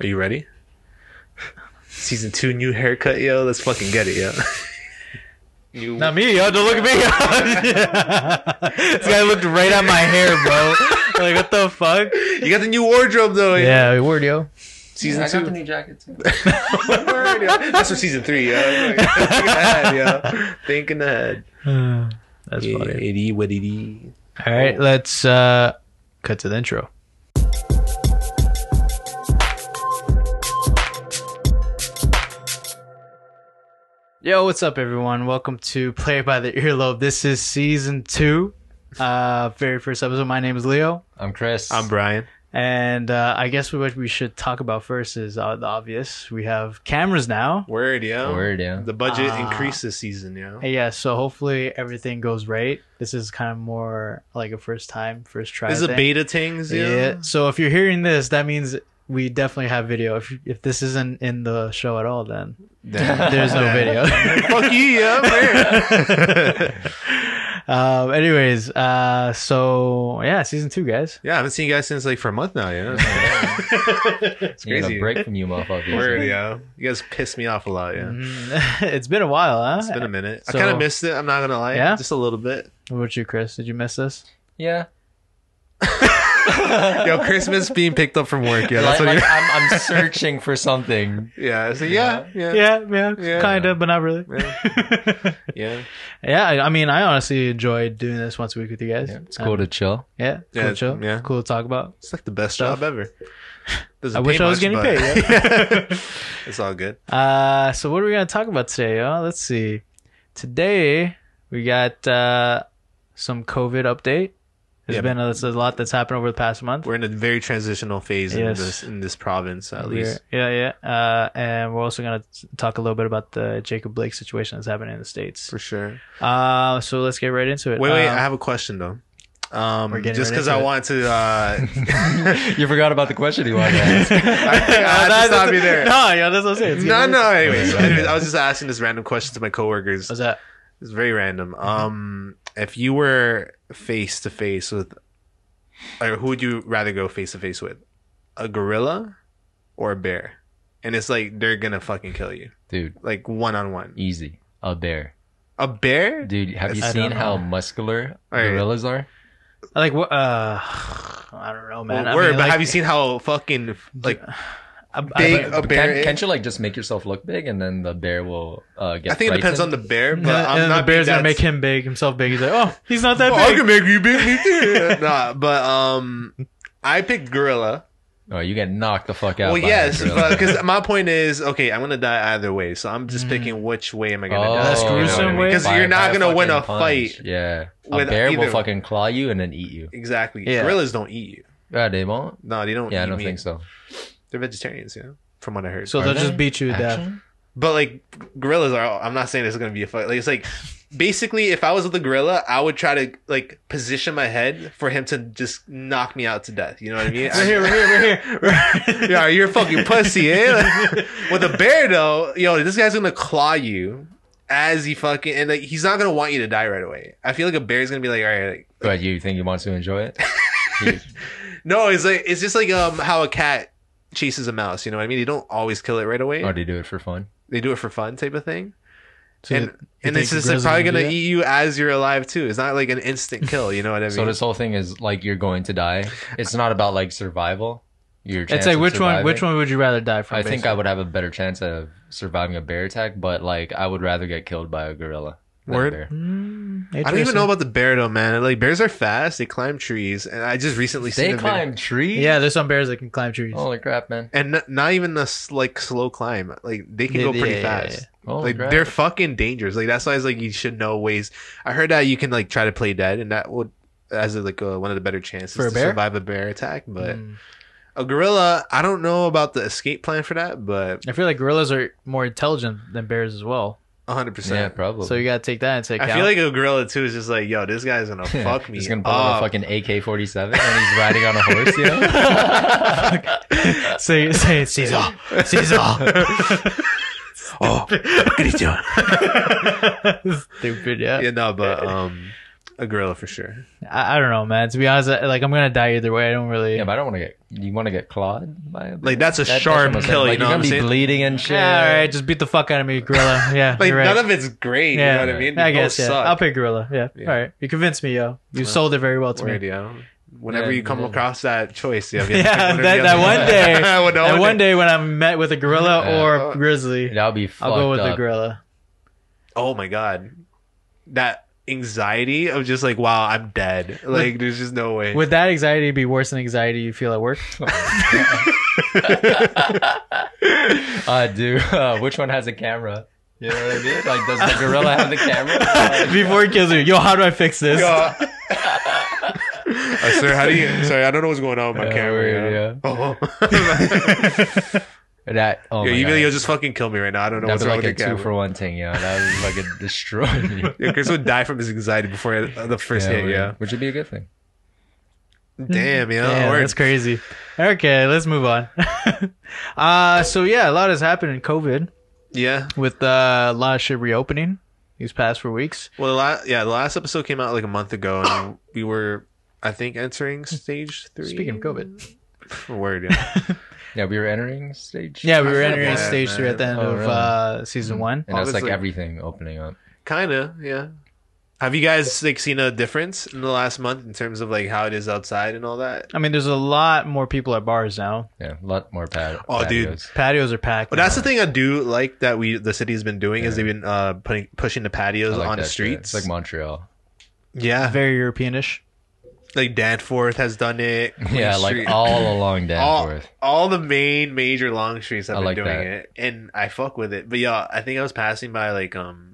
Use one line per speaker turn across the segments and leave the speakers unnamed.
Are you ready? Season two, new haircut, yo. Let's fucking get it, yo.
New
Not me, yo. Don't look at me. this guy looked right at my hair, bro. like, what the fuck?
You got the new wardrobe though. yo.
Yeah, word, yo.
Season
I got the
two.
new jacket too.
Word, yo. That's for season three, yo. Like, Thinking ahead, yo. Thinking ahead.
That's funny.
Itty what itty.
All right, let's uh, cut to the intro. Yo, what's up, everyone? Welcome to Play by the Earlobe. This is season two, uh, very first episode. My name is Leo,
I'm Chris.
I'm Brian.
and uh, I guess what we should talk about first is uh, the obvious. We have cameras now.
Word, yo.
Word, yeah.
The budget
Ah.
increased this season, yo.
And yeah, so hopefully everything goes right. This is kind of more like a first time, first try.
This is a
thing.
beta things, yo.
Yeah. So if you're hearing this, that means we definitely have video. If if this isn't in the show at all, then there's no video.
Fuck you, yo. Word.
um. Anyways. Uh. So yeah, season two, guys.
Yeah, I haven't seen you guys since like for a month now, you know? it's
You're
crazy.
gonna break from you, motherfuckers.
Word, yo. You guys pissed me off a lot, yeah.
Mm, it's been a while, huh?
Mm-hmm. It's been a minute.
Uh, So-
I kind of missed it. I'm not gonna lie.
Yeah?
just a little bit.
what about you, Chris? Did you miss this?
Yeah.
Yo, Christmas being picked up from work. Yeah,
Like-
that's what.
like, I'm, I'm searching for something.
you yeah, it's like, yeah, yeah, yeah,
Yeah. Yeah.
Yeah.
Kind of, but not really. Yeah.
yeah.
I, I mean, I honestly enjoyed doing this once a week with you guys. Uh,
Yeah, it's cool to chill.
Yeah. Cool
Yeah,
show.
yeah.
Cool to talk about.
It's like the best
Stuff.
job ever. Doesn't
I wish
pay
I was
much,
getting
but-
paid,
it's all good.
Uh, so what are we gonna talk about today? Y'all? Let's see. Today we got uh, some COVID update. There's
Yeah.
been a, there's a lot that's happened over the past month.
We're in a very transitional phase in
Yes.
this in this province, at least.
We're- yeah, yeah. Uh, and we're also gonna t- talk a little bit about the Jacob Blake situation that's happening in the states.
For sure.
Uh, so let's get right into it.
Wait, wait.
Um,
I have a question though. Um,
We're getting
just
right
because
into
I
it.
wanted to, uh,
You forgot about the question you wanted to ask.
I think I
Uh,
had
that-
to stop
that's-
you there.
No, yeah, that's what I'm saying. It's
No,
getting-
no. Anyways,
Yeah, yeah,
anyways,
yeah.
I was just asking this random question to my coworkers.
What's that?
It's very random.
Uh-huh.
Um, if you were face to face with, or who would you rather go face to face with, a gorilla or a bear? And it's like they're gonna fucking kill you,
Dude,
like one on one.
easy. A bear.
A bear?
Dude, have you
I don't
seen
know.
how muscular
Alright.
gorillas are?
Like what? Uh, I don't know, man.
Well,
I
word,
mean,
but
like,
have you seen how fucking like
I- I-
big uh, a
But
bear?
Can,
is?
can't you like just make yourself look big and then the bear will uh, get
I think it depends on
frightened?
the bear, but
and,
I'm
and
not
the bear's gonna
that's-
make him big himself big. He's like, oh, he's not that
Oh, I
big.
can make you big, me too. nah, but um, I picked gorilla.
Oh, you get knocked the fuck out.
well,
by a
yes,
gorilla.
because my point is, okay, I'm gonna die either way, so I'm just picking which way am I
Oh,
gonna die.
That's
you know what I
gruesome
mean?
way.
Because
By-
you're
by
not gonna win a
fucking punch.
fight.
Yeah, a
with
bear will
either-
fucking claw you and then eat you.
Exactly.
Yeah.
Gorillas don't eat you.
Yeah, they won't.
No, they don't.
Yeah,
eat
I don't
meat.
think so.
They're vegetarians, you know, from what I heard.
So
Are
they'll
they?
just beat you to death.
Actually?
but like gorillas are. I'm not saying this is gonna be a fight. Like it's like. Basically, if I was with a gorilla, I would try to like position my head for him to just knock me out to death. You know what I mean?
We're here, we're here, we're here.
yeah, you're a fucking pussy, eh? With a bear though, yo, this guy's gonna claw you as he fucking and like he's not gonna want you to die right away. I feel like a bear's gonna be like, all right, like,
But you think he wants to enjoy it?
no, it's like it's just like um how a cat chases a mouse. You know what I mean? They don't always kill it right away.
or do you do it for fun?
They do it for fun, type of thing.
So
and and
think
it's just
the
like, probably
grizzlies would
gonna
do that?
eat you as you're alive too. It's not like an instant kill. You know what I mean?
So this whole thing is like you're going to die. It's not about like survival. Your
it's
chance
like
of
which one?
surviving.
Which one would you rather die from?
I think I would have a better chance of surviving a bear attack, but like I would rather get killed by a gorilla. than a
Word.
bear.
I
Mm, I don't even know about the bear though, man. Like bears are fast. They climb trees, and I just recently
They
seen a video-
climb trees.
Yeah, there's some bears that can climb trees.
Holy crap, man.
and n- not even a s- like slow climb. Like they can
They-
go pretty
yeah, yeah,
fast.
Holy
Like
crap.
they're fucking dangerous. Like that's why it's like you should know ways. I heard that you can like try to play dead, and that would as like uh one of the better chances
For a
to
bear?
survive a bear attack. But
Mm.
a gorilla, I don't know about the escape plan for that, but
I feel like gorillas are more intelligent than bears as well.
hundred
yeah,
percent.
probably.
So you gotta take that into account.
I feel like a gorilla too is just like, yo, this guy's gonna fuck me.
He's gonna pull out a
up.
fucking AK forty seven and he's riding on a horse, you know?
say say Caesar, Caesar.
Oh, what are you doing?
Stupid, yeah.
yeah, no, but um, A gorilla for sure.
I, I don't know, man. To be honest, I, like I'm gonna die either way. I don't really.
Yeah, but I don't want to get. You want to get clawed by a bear?
Like that's a
That- that's
sharp
what I'm saying.
pill.
Like,
you know
you're
what I'm
gonna be
saying?
bleeding and shit.
Yeah, all right. Just beat the fuck out of me, gorilla. Yeah,
Like
you're right.
none of it's great.
Yeah.
you know what I mean?
I
They both
guess yeah.
suck.
I'll pick gorilla. Yeah.
Yeah.
All right. You convinced me, yo. You
Well,
sold it very well to me.
Word, yo. Whenever
Yeah,
you come
yeah.
across that choice, you'll
Yeah, that- that one day-
that
and one day when I'm met with a gorilla
Yeah.
or grizzly,
That would be. Fucked
I'll go with
up.
the gorilla.
Oh my god, that anxiety of just like, wow, I'm dead. Like, there's just no way.
Would that anxiety be worse than anxiety you feel at work?
Uh, dude, uh, which one has a camera? You know what I mean? Like, does the gorilla have the camera? Like,
Before it kills you, yo, how do I fix this?
Yeah. Uh, sir, how do you? Sorry, I don't know what's going on with my
Yeah,
camera.
uh, weird,
yeah. Oh,
that. Oh
Yo,
my
you
god.
really, you'll just fucking kill me right now. I don't know
That'd
what's
be
wrong
like a
with your
two
camera.
for one thing, yeah. That would fucking destroy me.
Yeah, Chris would die from his anxiety before uh, the first hit.
would-
Yeah.
which would be a good thing.
Damn, you know,
Yeah,
or-
that's crazy. Okay, let's move on. uh, so yeah, a lot has happened in COVID
yeah.
with uh, a lot of shit reopening these past four weeks.
Well, the last, yeah, the last episode came out like a month ago, and we were, I think, entering
Hmm.
stage three.
Speaking of COVID,
word, yeah.
Yeah, we were entering stage.
yeah, we
I
were
feel
entering
bad,
stage three
man.
at the end
Oh,
of
really?
uh, season one.
and that's like
Obviously.
everything opening up.
Kinda, yeah. Have you guys like seen a difference in the last month in terms of like how it is outside and all that?
I mean, there's a lot more people at bars now.
Yeah, a lot more pad.
Oh, dude.
patios.
Patios are packed.
But that's the thing I do like that we the city's been doing is they've been uh putting pushing the
I
patios
like
on the
that shit.
streets.
It's like Montreal.
yeah,
very Europeanish.
like Danforth has done it.
Yeah,
Queen
like
Street.
all along
all,
Danforth.
all the main major long streets have
I
been
like
doing
that.
it, and I fuck with it. But yeah, I think I was passing by like um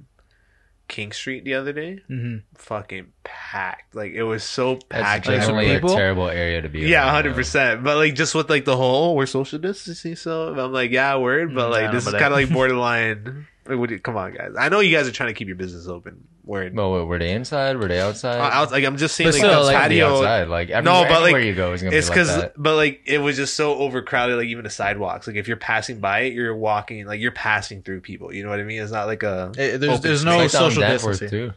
King Street the other day,
Mhm.
fucking packed. Like it was so
That's
packed.
like some
everywhere.
generally a
people-
terrible area to be. in,
yeah,
you
hundred
know.
percent. But like just with like the whole we're social distancing, so I'm like, yeah, word. But
Mm, I
like
don't
this
know
is
about
kind of like borderline. Like, what do you- come on, guys. I know you guys are trying to keep your business open. Word.
Well, wait, were they inside? Were they outside?
Uh, out- like I'm just saying,
But
like
still,
the
like,
Gotta be
patio.
outside. Like everywhere,
but, like,
anywhere you go is gonna
It's
be like
because,
that.
but like it was just so overcrowded. Like even the sidewalks. Like if you're passing by it, you're walking. Like you're passing through people. You know what I mean? It's not like a.
Eh, there's,
Open
there's
space.
no
It's like down
social
Danforth,
distancing.
too.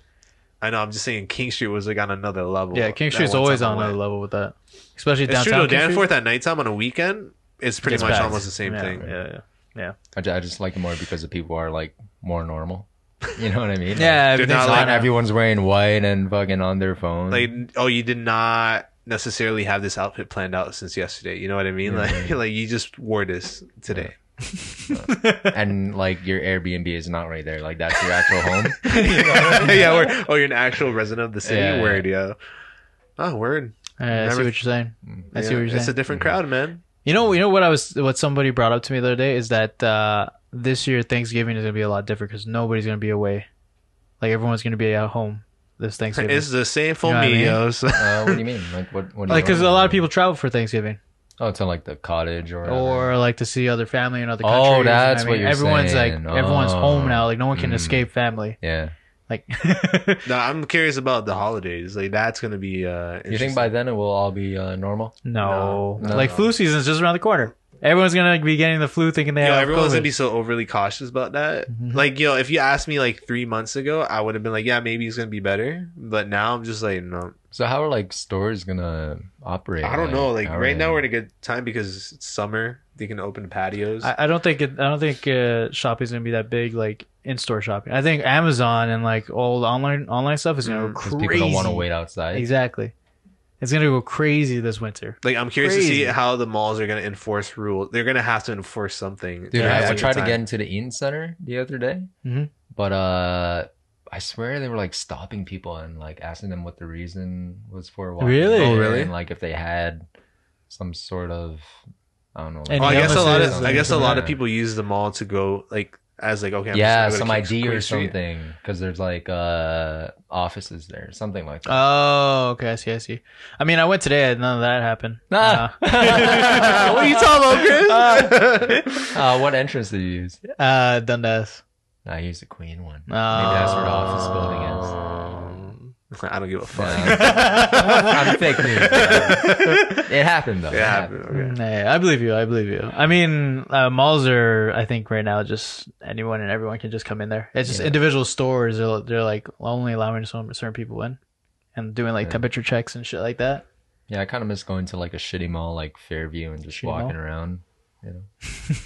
I know. I'm just saying King Street was like on another level.
Yeah, King
that
Street's
one
always
time I
on another
went.
level with that, especially
It's true
downtown.
though.
King Street.
Danforth at nighttime on a weekend, it's pretty
It's
much
packed.
almost the same
Yeah,
thing.
Yeah, yeah.
I ju- I just like it more because the people are like more normal. You know what I mean?
Yeah,
They're
everything's
not
Like,
like-
on
not everyone's wearing white and fucking on their phone.
Like, oh, you did not necessarily have this outfit planned out since yesterday. You know what I mean?
Yeah.
Like, like you just wore this today.
and like your Airbnb is not right there. Like that's your actual home.
yeah, word. oh, you're an actual resident of the city.
Yeah, yeah.
word, yeah. Oh, word.
Yeah, I see
Remember-
what you're saying.
Mm.
I see
Yeah,
what you're
It's a
saying.
different crowd, man.
You know, you know what I was, what somebody brought up to me the other day is that uh, this year Thanksgiving is gonna be a lot different because nobody's gonna be away. Like everyone's gonna be at home this Thanksgiving.
It's the same for
You know what I
me,
mean?
yo. So-
Uh, what do you mean? Like what? what do you
like, because
mean?
a lot of people travel for Thanksgiving,
Oh, to like the cottage or
or like to see other family in other
Oh,
countries. you know
that's
I
what
mean?
you're
everyone's
saying.
like, everyone's home
Oh.
now. Like, no one can
Mm.
escape family.
yeah.
Like,
No, I'm curious about the holidays. Like that's gonna be. uh
You think by then it will all be uh, normal?
No.
No.
Like
No.
flu season's just around the corner. Everyone's gonna be getting the flu thinking they
Yo,
have
everyone's
COVID.
gonna be so overly cautious about that.
Mhm.
Like, yo, if you asked me like three months ago, I would have been like, yeah, maybe it's gonna be better. But now I'm just like, no,
So how are like stores gonna operate?
I don't know. Like
how are
right
they-
now we're in a good time because it's summer. They can open patios.
I, I don't think it, I don't think uh, shopping's gonna be that big like in store shopping. I think Amazon and like all the online online stuff is gonna
Mm,
go
'cause
crazy.
people don't want to wait outside.
Exactly. It's gonna go crazy this winter.
like I'm curious to see
Crazy.
how the malls are gonna enforce rules. They're gonna have to enforce something.
Dude,
Yeah,
I, I
it's a
tried to get into the Eaton Center the other day,
Mhm.
but uh, I swear they were like stopping people and like asking them what the reason was for. Walking
Really?
in
Oh,
really?
And like if they had some sort of, I don't know.
Any
Well, Oh, I guess a lot of
illnesses
I guess a
and-
lot of people use the mall to go like as like okay, I'm
yeah,
just
some
gonna go to King-
ID or
Queen Street.
something because there's like uh offices there, something like that.
Oh, okay, I see, I see. I mean, I went today and none of that happened.
Ah.
Uh,
what are you talking about, Chris?
Uh, what entrance did you use?
Uh, Dundas.
I used the Queen one.
Oh.
Maybe that's where the office building
Uh,
is.
is. Um, I don't give a fuck.
I'm fake news. It happened though. It
Yeah,
happened.
okay.
Nah, mm, I believe you. I believe you. I mean, uh, malls are. I think right now, just anyone and everyone can just come in there. It's just
Yeah.
individual stores. They're, they're like only allowing some certain people in. and doing like
Yeah.
temperature checks and shit like that.
Yeah, I kind of miss going to like a shitty mall like Fairview and just
Shitty
walking
mall?
around.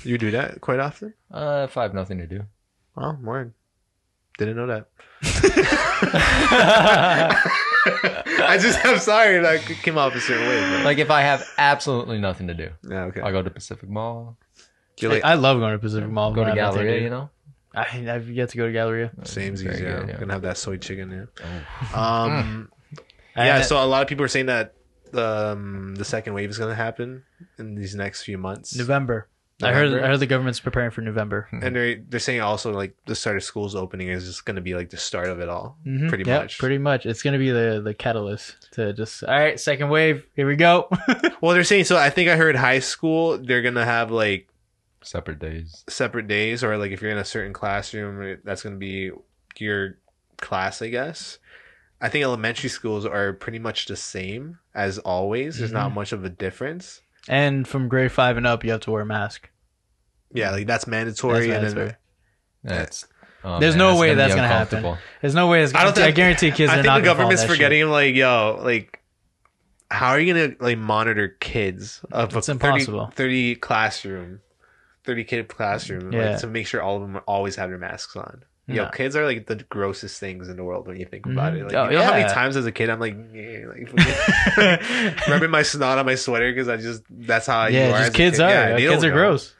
You do that quite often?
Uh, if I have nothing to do.
Oh, word. Didn't know that. I just, I'm sorry. Like, it came off a certain way. But,
like if I have absolutely nothing to do,
yeah, okay.
I'll go to Pacific Mall,
You're like,
I love going to Pacific Mall.
go
when
to
I have nothing
Galleria, you
do.
know.
I, I've yet to go to Galleria.
Same's
Very
easier.
good, yeah.
Gonna have that soy chicken. Yeah. Um,
I
yeah.
had-
So a lot of people are saying that um, the second wave is gonna happen in these next few months,
November. I heard.
November?
I heard the government's preparing for November.
and they're they're saying also like the start of schools opening is just gonna be like the start of it all,
Mhm.
Mm-hmm. pretty
Yep,
much.
Pretty much. It's gonna be the the catalyst to just all right. Second wave. Here we go.
Well, they're saying so. I think I heard high school they're gonna have like
Separate days.
separate days, or like if you're in a certain classroom, that's gonna be your class, I guess. I think elementary schools are pretty much the same as always. There's not much of a difference.
and from grade five and up, you have to wear a mask.
Yeah, like that's mandatory.
That's
and then
mandatory.
That's. oh,
There's no way
be
that's gonna happen.
uncomfortable.
There's no way. It's
I
gonna, I,
don't think-
guarantee kids
I
are
think
not.
the
gonna follow
government's
that shit.
forgetting. Like, yo, like, how are you gonna like monitor kids of
It's
a 30
impossible.
30, classroom, thirty kid classroom,
Yeah.
like, to make sure all of them always have their masks on. Yo,
No.
kids are like the grossest things in the world when you think about it.
Mhm.
Like,
Oh,
you know how many
yeah.
times as a kid I'm like, eh, like rubbing my snot on my sweater because I just that's how you
Yeah,
are. as
just
a
kids
kid.
are.
Yeah, they
kids
don't
are
know.
gross.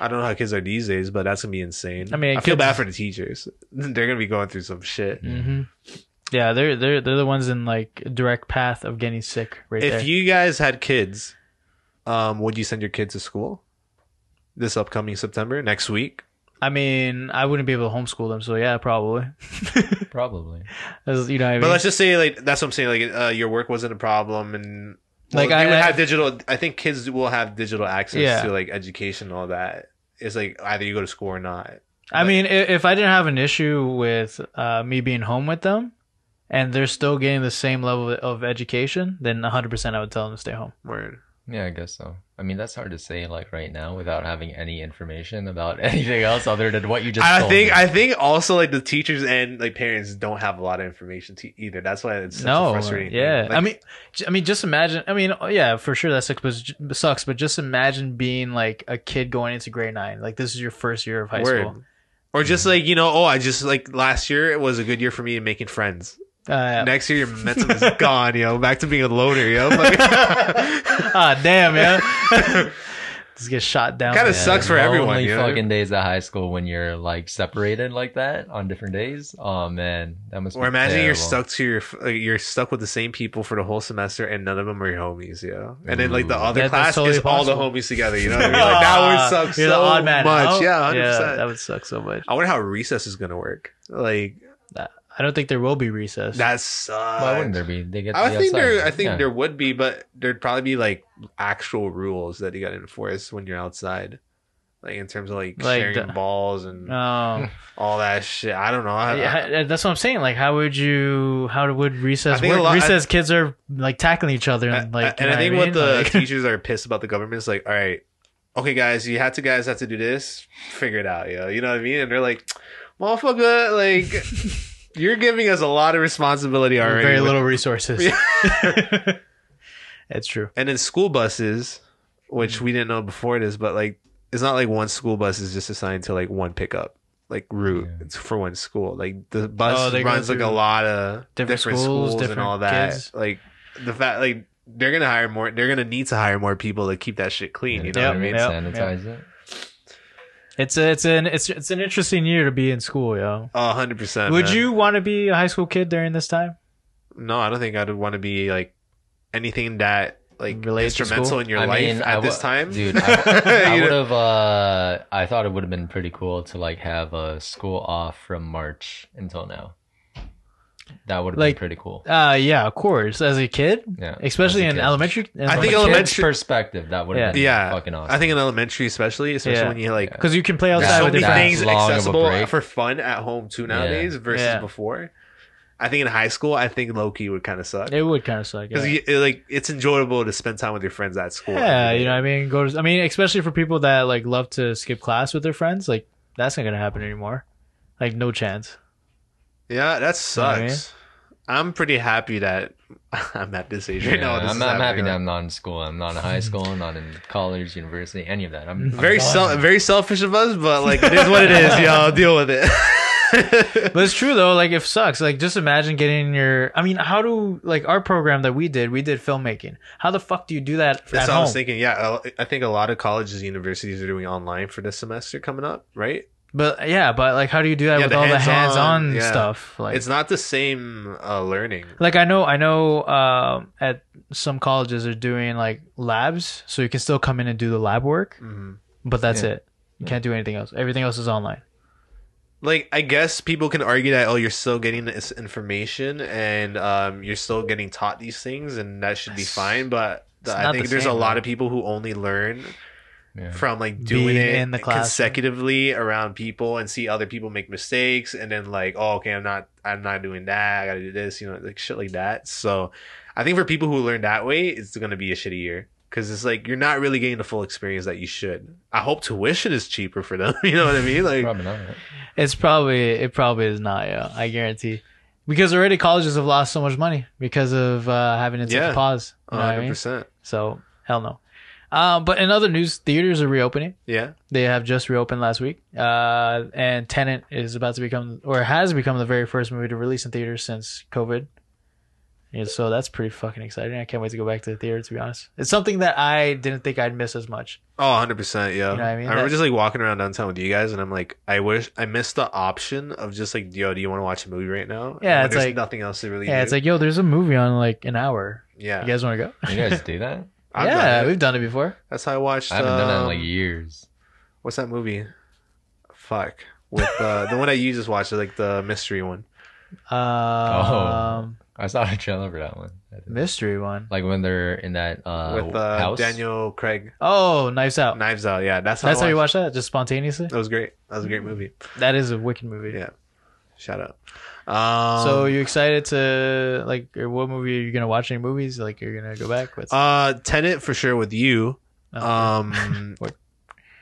I don't know how kids are these days, but that's gonna be insane.
I
I
mean,
mean, I feel
kids-
bad for the teachers. They're gonna be going through some shit.
hmm Yeah, they're they're they're the ones in like direct path of getting sick right
if
there.
you guys had kids, um, would you send your kids to school this upcoming September next week?
I mean, I wouldn't be able to homeschool them, so yeah, probably.
Probably.
As- you know, what I mean,
But let's just say like that's what I'm saying. Like uh, your work wasn't a problem, and
Like,
like
I-
I, would
I-
have digital. I think kids will have digital access
Yeah.
to like education, and all that. It's like either you go to school or not.
I mean, i- if I didn't have an issue with uh, me being home with them, and they're still getting the same level of education, then 100% I would tell them to stay home.
Word.
Yeah, I guess so. I mean, that's hard to say like right now without having any information about anything else other than what you just.
I
told
think
me.
I think also like the teachers and like parents don't have a lot of information to either. That's why it's such a
no, uh,
frustrating. thing.
yeah. I
Like,
mean, j- I mean, just imagine. I mean, oh, yeah, for sure that sucks, but j- sucks. But just imagine being like a kid going into grade nine. Like this is your first year of high
word.
school. Mm.
Or just like you know, oh, I just like last year it was a good year for me in making friends.
Uh, yeah.
Next year, your momentum is gone, yo. Back to being a loner, yo.
ah, damn, yeah. just get shot down.
Kinda
Yeah.
sucks for
the
everyone,
Only
you know?
fucking days at high school when you're like separated like that on different days. Oh man, that must.
or
be
imagine you're
terrible.
stuck to your, uh, you're stuck with the same people for the whole semester, and none of them are your homies, yo. And then like the
Ooh.
other
That- that's
class
totally
is all the
possible.
homies together, you know? What I mean? Like that
Ah,
would suck
You're
so
the odd man
much,
out.
yeah, hundred
that
percent.
would suck so much.
I wonder how recess is gonna work. Like
I don't think there will be recess.
that sucks.
Why wouldn't there be? They get. to
I
be
think
outside.
there, I think
Yeah.
there would be, but there'd probably be like actual rules that you got to enforce when you're outside, like in terms of like,
Like
sharing
the- Oh,
balls and
no,
all that shit. I don't know. I, I-
Yeah, that's what I'm saying. Like, how would you? How would recess
I think a
work?
lot-
recess kids are like tackling each other and
And-
like. you
and
know
I think
what,
what the
I mean?
teachers are pissed about the government is like, all right, okay, guys, you had to guys have to do this, figure it out, yo. You know what I mean? And they're like, motherfucker, like you're giving us a lot of responsibility
Like,
already.
very
with-
little resources. That's true.
And then school buses, which we didn't know before this, but like it's not like one school bus is just assigned to like one pickup. Like route
Yeah.
it's for one school, like the
Oh,
bus
they go
runs like
through
a lot of
different
different,
schools,
schools,
different
and all that.
kids.
Like the fact, like they're gonna hire more, they're gonna need to hire more people to keep that shit clean. You know
Yep,
what I mean?
yep.
Sanitize it.
It's a, it's an it's it's an interesting year to be in school, yo.
A hundred percent.
Would
man.
you want to be a high school kid during this time?
No, I don't think I'd want to be like anything that like
Related to school?
instrumental in your
I
life
mean,
at
I
this
wa-
time,
dude. I,
You know?
would have. Uh, I thought it would have been pretty cool to like have a school off from March until now. That would have
Like-
been pretty cool.
Uh, yeah, of course. As a kid,
Yeah,
especially
as a
in
kid.
elementary.
I
From
think
a kid's
elementary-
perspective, that would have
Yeah.
been
Yeah.
fucking awesome.
I think in elementary, especially, especially
Yeah.
when you like
because you can play
there's
outside
That
so
with
many
your
that
friends.
things
long of a
accessible
break.
for fun at home too nowadays versus
Yeah.
before. I think in high school, I think Loki would kind of suck
It would kind of suck.
because
yeah.
like it's enjoyable to spend time with your friends at school.
Yeah,
every
you
day.
know, what I mean, go to. I mean, especially for people that like love to skip class with their friends, like that's not gonna happen anymore. Like no chance.
yeah, that
know what I
sucks. I'm pretty happy that I'm at this age right
Yeah,
now. This
I'm,
is
I'm happy
happening. Mm-hmm.
that I'm not in school. I'm not in high school. I'm not in college, university, any of that. I'm
very
I'm done.
sel- very selfish of us, but like it is what it is. Y'all deal with it.
But it's true though. Like if sucks. Like just imagine getting your. I mean, how do like our program that we did? We did filmmaking. How the fuck do you do that
That's
at
what I
home?
was thinking. Yeah, I- I think a lot of colleges, universities are doing online for this semester coming up, right?
But yeah, but like how do you do that
Yeah,
with
the
all the
hands-on,
hands-on
yeah.
stuff? Like
it's not the same uh, learning.
like I know I know um at some colleges are doing like labs, so you can still come in and do the lab work,
hmm
but that's
Yeah.
it. You can't do anything else. Everything else is online.
Like, I guess people can argue that oh, you're still getting this information and um, you're still getting taught these things, and that should be fine. But
It's
I
not
think
the
there's a
same,
lot
though.
of people who only learn
Yeah.
from like doing
Being
it
in the classroom.
consecutively around people and see other people make mistakes and then like oh okay i'm not i'm not doing that i gotta do this you know like shit like that so i think for people who learn that way it's gonna be a shitty year because it's like you're not really getting the full experience that you should i hope tuition is cheaper for them you know what i mean like
Probably not. right?
It's probably it probably is not. Yeah, I guarantee. Because already colleges have lost so much money because of uh, having to take
Yeah.
a pause. You know what I mean?
100%
So hell no. Um, but in other news, theaters are reopening.
yeah
They have just reopened last week, uh, and Tenant is about to become or has become the very first movie to release in theaters since COVID. Yeah, so that's pretty fucking exciting. I can't wait to go back to the theater. To be honest, it's something that I didn't think I'd miss as much.
Oh, 100%. Yeah.
You know what I mean?
remember
That-
just like walking around downtown with you guys, and I'm like, I wish I missed the option of just like, yo, do you want to watch a movie right now?
Yeah,
When
it's
there's
like-
nothing else to really
Yeah,
do.
it's like yo, there's a movie on in, like an hour.
yeah.
You guys want to go?
You guys do that?
I've done
yeah,
it.
we've done it before.
That's how I watched.
I haven't done that in
um,
like years.
What's that movie? Fuck. With uh, the one that you just watched, like the mystery one.
Um,
I saw a trailer for that one. I think.
mystery one.
Like when they're in that uh,
with uh,
house.
Daniel Craig.
Oh, Knives Out.
Knives Out. Yeah, that's how.
That's
I
how you Mm.
watched
watch that, just spontaneously.
it. That was great. That was a great movie.
That is a wicked movie.
Yeah. Shout out. Um,
so you excited to like? or What movie are you gonna watch? Any movies? Like you're gonna go back? What's
uh, Tenet for sure with you.
oh,
Um,
What?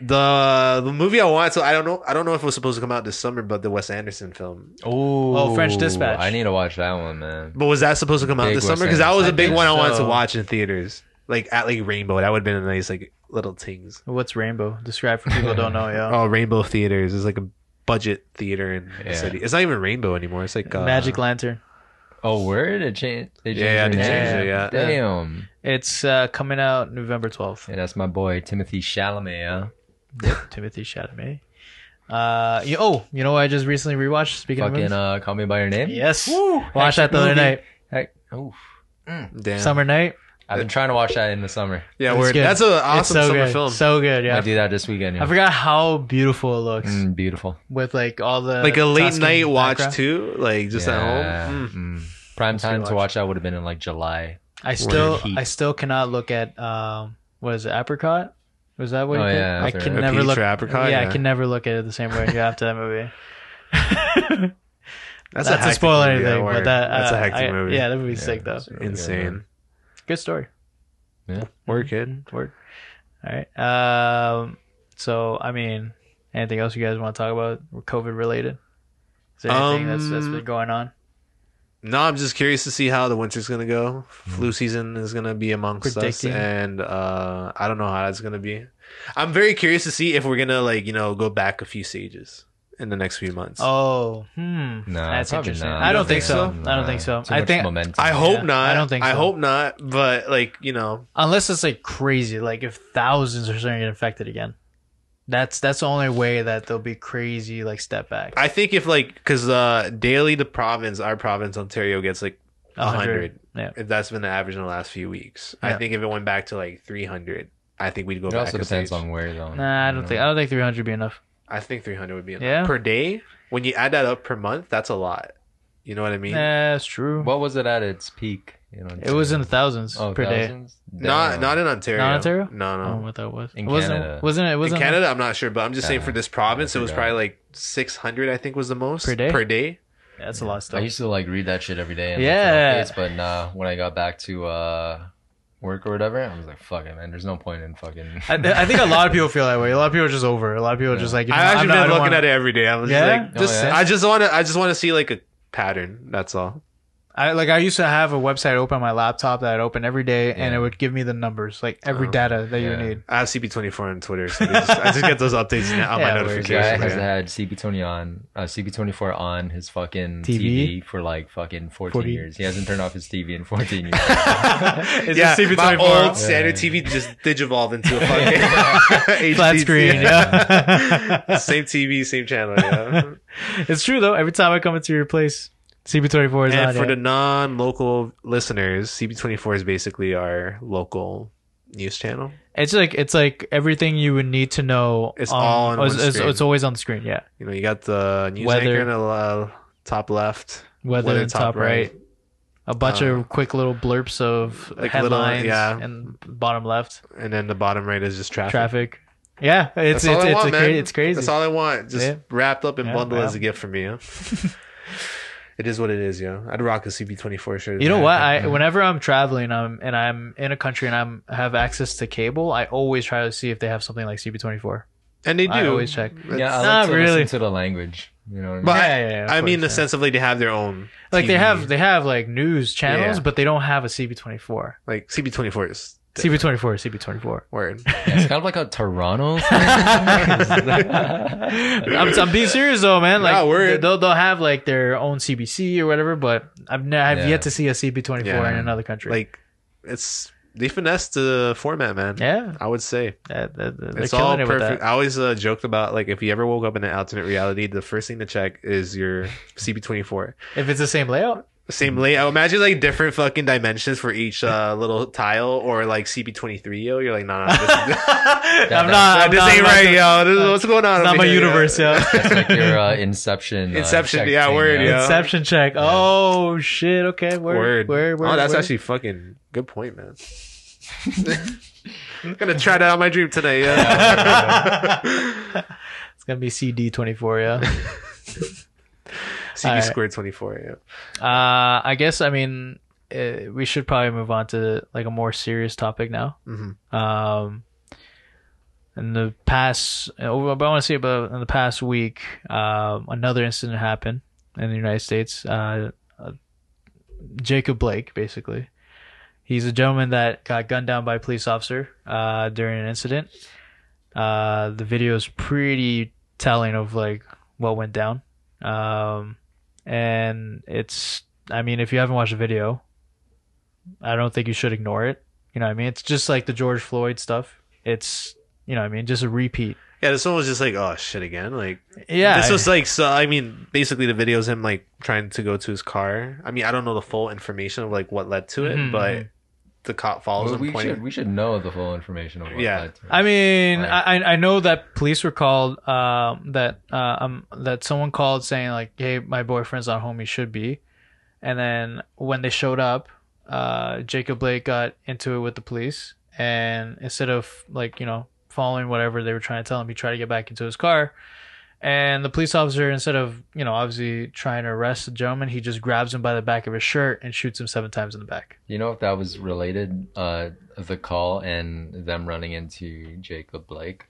the the movie I want. So I don't know. I don't know if it was supposed to come out this summer, but the Wes Anderson film.
Oh,
Oh, French Dispatch.
I need to watch that one, man.
But was that supposed to come out
Big
this
Wes
summer? Because that
Anderson.
was a big
I think
one I wanted to
so.
watch in theaters, like at like Rainbow. That would have been a nice like little things.
what's Rainbow? Describe for people who don't know. Yeah,
Oh, Rainbow Theaters is like a budget theater in the
Yeah.
city. It's not even Rainbow anymore. It's like uh,
Magic Lantern.
Oh, where did it change? They changed
Yeah,
their
they
name.
changed it, yeah.
Damn.
It's uh, coming out November twelfth.
Yeah, that's my boy Timothy Chalamet. Yeah.
Timothy Chalamet. Uh, you, oh, you know what I just recently rewatched. Speaking
Fucking
of movies,
uh, call me by your name.
yes,
Woo!
watched that the
Action
other
movie.
night.
Heck, oof.
Damn.
Summer night.
I've been trying to watch that in the summer.
Yeah,
It's
word.
good.
that's an
it's
awesome
so
summer
good.
film.
So good.
I
Yeah,
do that this weekend.
I
Yeah.
forgot how beautiful it looks
Mm, beautiful.
with like all the
like a late
Tuscan
night watch
background.
too, like just at
Yeah.
home. Mm.
Mm. Prime time to watch that would have been in like July.
I still
heat.
I still cannot look at um what is it apricot? Was that what?
Oh,
you called-
yeah,
I
that's
can
right.
A
never
peach
look.
or apricot,
yeah,
yeah.
I can never look at it the same way. Yeah, after that movie. That's not to
hectic
spoil
movie,
anything,
word.
but that
that's a
uh,
hectic
I-
movie.
Yeah, that movie's sick though.
it's really good,
insane.
man.
Good story.
Word, kid.
Word. All right. Um. So I mean, anything else you guys want to talk about COVID related? Is there anything that's that's
Um,
been going on?
No, I'm just curious to see how the winter's gonna go.
Hmm.
Flu season is gonna be amongst
Predicting.
us, and uh, I don't know how that's gonna be. I'm very curious to see if we're gonna like you know go back a few stages in the next few months.
Oh, hmm.
No,
that's
probably
interesting.
not.
I
You
don't
don't think
think so.
so?
I don't think so.
Too
I
much
think
momentum.
I hope
Yeah,
not.
I don't think
I
so.
hope not. But like you know,
unless it's like crazy like if thousands are starting to get infected again that's that's the only way that there'll be crazy like step back
I think if like because uh, daily the province, our province, Ontario gets like 100.
yeah
if that's been the average in the last few weeks. I
Yeah.
think if it went back to like 300, I think we'd go
It
back.
also
a
depends
stage.
on where though.
nah i
you
don't
know?
think i don't think 300 would be enough
I think 300 would be enough
Yeah.
per day. When you add that up per month, that's a lot. You know what I mean?
nah that's true
What was it at its peak? You know,
it was in the thousands
oh,
per day
thousands?
Not
Damn.
not in Ontario.
Not Ontario?
No,
I don't know
no.
what that was.
In
It wasn't,
Canada.
wasn't it?
in
Wasn't
Oh. Canada, I'm not sure, but I'm just saying
Yeah.
for this province, it was
Yeah.
probably like 600. I think was the most
Per day?
Per day.
Yeah, that's a lot of
I
stuff.
used to like read that shit every day. And
Yeah.
yeah. Updates, but nah, when I got back to uh, work or whatever, I was like, fuck it, man. There's no point in fucking.
I, I think a lot of people feel that way. A lot of people are just over. it. A lot of people are just like, you know,
I've
I'm
actually
not- I
been
don't
looking
wanna-
at it every day. I was
Yeah?
just like,
Oh,
just
yeah?
I just want to I just want to see like a pattern. That's all.
I like I used to have a website open on my laptop that I'd open every day, and
Yeah.
it would give me the numbers, like every
Oh,
data that you
yeah.
need.
I have CP24 on Twitter. So they just, I just get those updates now on
Yeah,
my
where
This guy
notifications.
has
yeah.
had CP20 on uh, CP24 on his fucking
TV?
TV, for like fucking 14
40.
years. He hasn't turned off his TV in 14 years.
It's
yeah,
just CP24.
my old
Yeah.
standard TV just digivolved into a fucking
Flat
HDTV.
screen, yeah.
same TV, same channel. Yeah.
it's true though. Every time I come into your place, CP24 is
and
on.
for
it.
the non-local listeners, CB24 is basically our local news channel.
It's like it's like everything you would need to know.
It's all on
it's,
one
it's-
screen.
it's always on the screen. Yeah,
You know, you got the news
Weather.
anchor in the uh, top left,
weather, in top, right. a bunch of quick little blurps of
Uh, Like little-
headlines
yeah.
and bottom left
and then the bottom right is just traffic.
traffic. Yeah, it's
That's all
it's
I
it's,
want,
a
man.
cra- it's crazy.
That's all I want. Just
Yeah.
wrapped up and
Yeah,
bundled
yeah.
as a gift from me. huh? it is what it is, yo. I'd rock a CB24 shirt.
you know
Yeah.
what? I whenever I'm traveling, I'm and I'm in a country and I'm have access to cable. I always try to see if they have something like CB24.
and they do.
I always check.
That's-
yeah, I like
Not
to
really.
listen to the language. You know what I mean?
But I-
yeah, of
I mean, in the
course, yeah.
sense of like they have their own.
like they
TV.
have they have like news channels,
Yeah.
but they don't have a CB24.
like CB24 is
CB24, CB24.
word.
Yeah, it's kind of like a Toronto.
I'm, I'm being serious though, man. Like
Nah, we're-
they'll they'll have like their own CBC or whatever, but I've ne- I've
Yeah.
yet to see a CB24
Yeah.
in another country.
like it's they finessed the format, man.
yeah,
I would say
that, that, that- they're
it's all
killing it with
perfect.
that.
I always uh, joked about like if you ever woke up in an alternate reality, the first thing to check is your CB24.
If it's the same layout,
Same layout. Imagine like different fucking dimensions for each uh, little tile, or like CB23. Yo, you're like, nah, nah, this,
I'm not.
nah,
I'm
this
not,
ain't
I'm not-
right,
It's
yo. This is what's going on.
not
over
my
here, yo?
universe, yo.
That's like your uh, Inception. uh,
Inception,
check
yeah,
thing,
word,
you know?
yeah.
Inception check. Oh shit. Okay. Where?
Word.
Where? Where?
oh, that's
where?
actually fucking good point, man. I'm gonna try that out my dream today. Yeah.
It's gonna be CD24. Yeah.
CB
All right.
squared 24. Yeah.
uh, I guess. I mean, uh, we should probably move on to like a more serious topic now.
Mm-hmm.
um in the past oh, but i want to say about in the past week um another incident happened in the united states uh, uh jacob blake basically he's a gentleman that got gunned down by a police officer uh during an incident uh the video is pretty telling of like what went down um and it's i mean if you haven't watched the video i don't think you should ignore it you know what I mean? It's just like the George Floyd stuff. It's you know what I mean, just a repeat.
Yeah, this one was just like, oh shit again. Like
Yeah.
this was like, so I mean, basically the video's him like trying to go to his car. I mean, I don't know the full information of like what led to it,
Mhm.
but the cop follows
Well,
him.
we
pointing.
should we should know the full information of what
Yeah.
led to it.
I mean,
Right.
I I I know that police were called um that uh, um that someone called saying like, "Hey, my boyfriend's not home, he should be." And then when they showed up, uh Jacob Blake got into it with the police and instead of like, you know, following whatever they were trying to tell him, he tried to get back into his car. And the police officer, instead of, you know, obviously trying to arrest the gentleman, he just grabs him by the back of his shirt and shoots him seven times in the back.
You know if that was related, uh, the call and them running into Jacob Blake.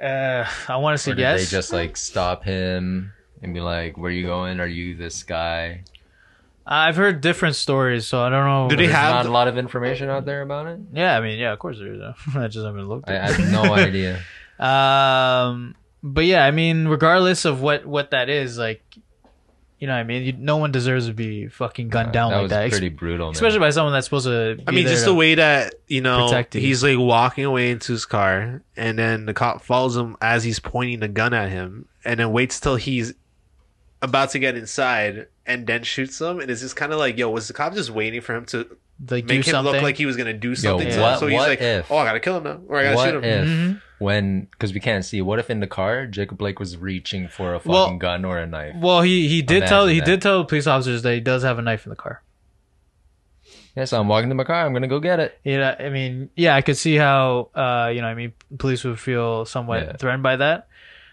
Uh, I want to
Or
say
did
yes.
they just like stop him and be like, "Where you going? Are you this guy?"
I've heard different stories, so I don't know.
Do they
There's
have
not
the-
a lot of information out there about it.
yeah, I mean, yeah, of course there is. I just haven't looked.
I,
At
I have no idea.
it. Um, but yeah, I mean, regardless of what what that is, like, you know, what I mean, you, no one deserves to be fucking gunned down
that
like
was
that, ex-
pretty brutal. Man.
especially by someone that's supposed to. Be
I mean,
there
just
to-
the way that you know
protect you.
he's like walking away into his car, and then the cop follows him as he's pointing the gun at him, and then waits till he's about to get inside, and then shoots him. And it's just kind of like, yo, was the cop just waiting for him to
like do
make him
something.
look like he was gonna do something? to him?
what-
So he's
what
like,
if-
oh, I gotta kill him now, or I gotta
what
shoot him.
if
Mhm.
when because we can't see what if in the car Jacob Blake was reaching for a fucking
Well-
gun or a knife?
well, he he did
Imagine
tell he
that.
did tell the police officers that he does have a knife in the car.
Yeah, so I'm walking to my car. I'm gonna go get it.
You know, I mean, yeah, I could see how, uh, you know, I mean, police would feel somewhat
Yeah.
threatened by that.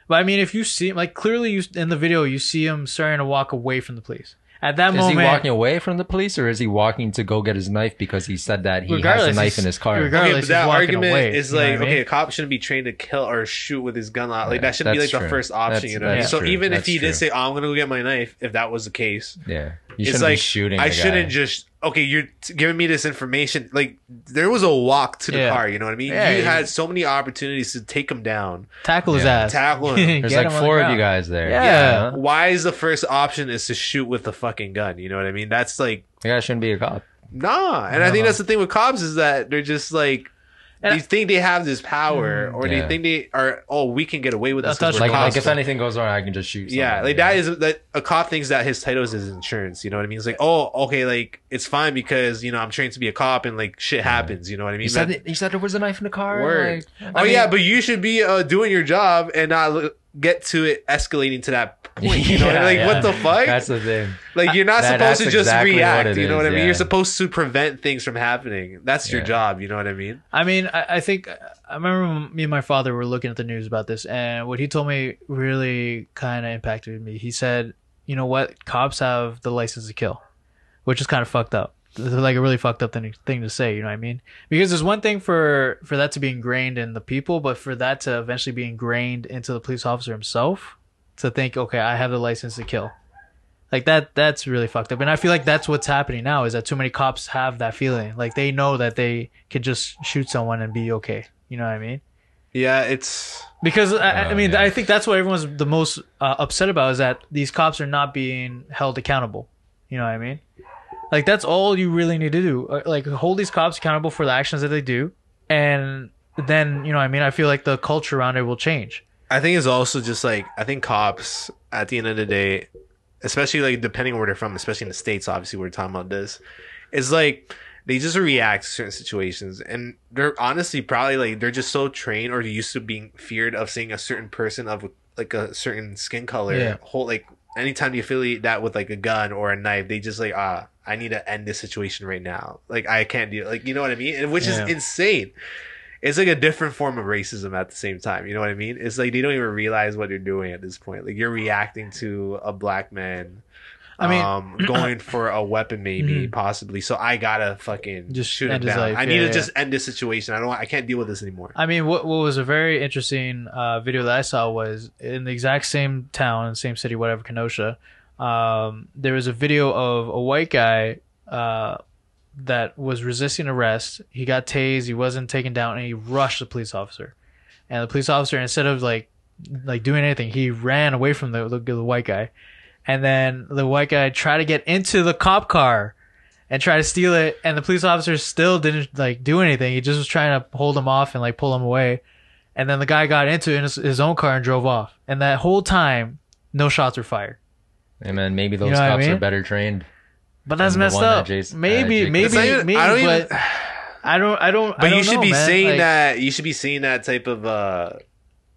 But I mean, if you see, like, clearly you in the video, you see him starting to walk away from the police. At that
Is
moment,
he walking away from the police or is he walking to go get his knife because he said that he has a
Regardless,
knife
he's-
in his car?
regardless-
okay,
he's
but that
walking
argument
away,
is
you know
like
what I mean?
okay, a cop shouldn't be trained to kill or shoot with his gun out. Like
Right,
that shouldn't be like
that's
the
true.
first option,
That's-
you know. what I mean?
that's
So
true,
even if
that's
he did
true.
say, oh, "I'm gonna go get my knife," if that was the case,
Yeah. You
It's
shouldn't be
like,
shooting.
I
the guy.
shouldn't just okay. You're t- giving me this information. Like there was a walk to the
Yeah.
car. You know what I mean?
Yeah,
you
yeah.
had so many opportunities to take him down,
Tackle his
Yeah.
ass.
tackle him.
Get
There's
him
like
on the
four of you
ground.
guys there.
Yeah.
You, know?
Why is the first option is to shoot with the fucking gun? You know what I mean? That's like
The guy shouldn't be a cop.
nah. And I think
No.
that's the thing with cops is that they're just like.
And
they think they have this power, or
Yeah.
they think they are. Oh, we can get away with
I
this.
thought
'cause we're
Like, like
cops."
if anything goes wrong, I can just shoot.
yeah,
somebody,
like that is that a cop thinks that his title is his insurance. You know what I mean? It's like, oh, okay, like it's fine because you know I'm trained to be a cop, and like shit happens. You know what I mean?
You
man?
said that- you said there was a knife in the car.
Word.
like-
oh
I mean,
yeah, but you should be uh, doing your job and not l- get to it escalating to that point. You know, what I mean?
Yeah,
like
yeah.
what the fuck?
That's the thing.
like you're not
that-
supposed to
that's
just
exactly what
react.
it
you know
is,
what I mean?
yeah.
You're supposed to prevent things from happening. That's your
Yeah.
job. You know what I mean?
I mean, I, I think I remember when me and my father were looking at the news about this, and what he told me really kind of impacted me. He said, "You know what? Cops have the license to kill, which is kind of fucked up. It's like a really fucked up thing, thing to say. You know what I mean? Because there's one thing for for that to be ingrained in the people, but for that to eventually be ingrained into the police officer himself, to think, okay, I have the license to kill." Like that that's really fucked up. And I feel like that's what's happening now is that too many cops have that feeling. Like they know that they could just shoot someone and be okay. You know what I mean?
Yeah, it's
Because I, I
Oh,
mean,
yeah.
I think that's what everyone's the most uh, upset about is that these cops are not being held accountable. You know what I mean? Like that's all you really need to do. Uh, Like hold these cops accountable for the actions that they do, and then you know what I mean. I feel like the culture around it will change.
I think it's also just like I think cops at the end of the day, especially like depending on where they're from, especially in the states, obviously we're talking about this, it's like they just react to certain situations and they're honestly probably like they're just so trained or used to being feared of seeing a certain person of like a certain skin color
Yeah.
whole like anytime you affiliate that with like a gun or a knife they just like ah i need to end this situation right now like i can't do like you know what i mean and which
Yeah.
is insane it's like a different form of racism at the same time. You know what I mean? It's like they don't even realize what they're doing at this point. Like you're reacting to a black man.
I mean-
um, going for a weapon, maybe
Mhm.
possibly. So I gotta fucking
Just
just shoot him
end his
down.
life.
I
Yeah,
need to
yeah.
just end this situation. I don't. I can't deal with this anymore.
I mean, what what was a very interesting uh, video that I saw was in the exact same town, same city, whatever, Kenosha. Um, there was a video of a white guy uh, that was resisting arrest. He got tased. He wasn't taken down, and he rushed the police officer. And the police officer, instead of like like doing anything, he ran away from the the, the white guy. And then the white guy tried to get into the cop car and try to steal it and the police officer still didn't like do anything he just was trying to hold him off and like pull him away and then the guy got into it in his, his own car and drove off and that whole time no shots were fired
And then maybe those
know what I
cops
mean?
are better trained.
but that's
And the
messed
one that
up
Jason- uh,
maybe
Jacob-
maybe
It's not even-
maybe
I don't
but
even.
i don't i don't I
But
don't
you should
know,
be
man.
seeing
Like,
that. You should be seeing that type of uh,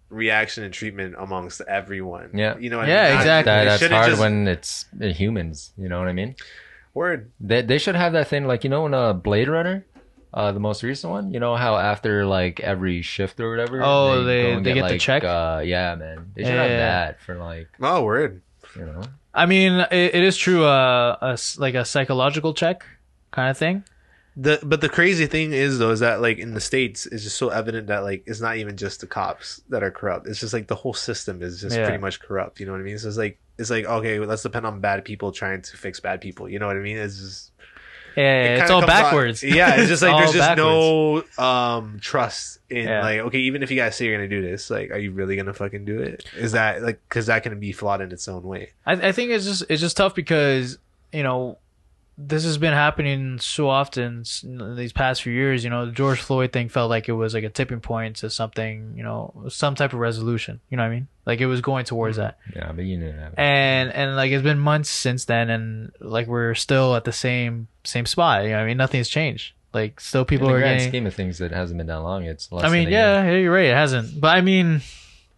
reaction and treatment amongst everyone.
Yeah.
You know. What
Yeah,
I mean? Not-
exactly.
they
That, that's
shouldn't
hard
just-
when it's uh, humans. You know what I mean?
word.
They they should have that thing like you know in uh, Blade Runner, uh, the most recent one. You know how after like every shift or whatever,
Oh, they-
and
they get the
like,
check?
Uh, yeah, man, they should
Yeah.
have that for like
Oh, word.
you know.
i mean it, it is true uh a s- like a psychological check kind of thing
The but the crazy thing is though is that like in the states it's just so evident that like it's not even just the cops that are corrupt. It's just like the whole system is just
Yeah.
pretty much corrupt. You know what I mean? So it's like it's like okay, well, let's depend on bad people trying to fix bad people. You know what I mean? It's just
yeah,
it
it's
kinda
all
comes out-
backwards
yeah, it's just like
all
there's just
backwards.
no um trust in
Yeah.
like okay, even if you guys say you're gonna do this, like are you really gonna fucking do it? Is that like because that can be flawed in its own way?
I, I think it's just it's just tough because you know this has been happening so often s- these past few years. You know, the George Floyd thing felt like it was like a tipping point to something. You know, some type of resolution. You know what I mean? Like it was going towards that
Yeah, but you knew that.
and and like it's been months since then and like we're still at the same same spot you know what i mean nothing's changed like still
in
people
the
are
grand
getting
scheme of things, it hasn't been that long. It's less
i mean
than a year.
yeah, yeah you're right it hasn't but i mean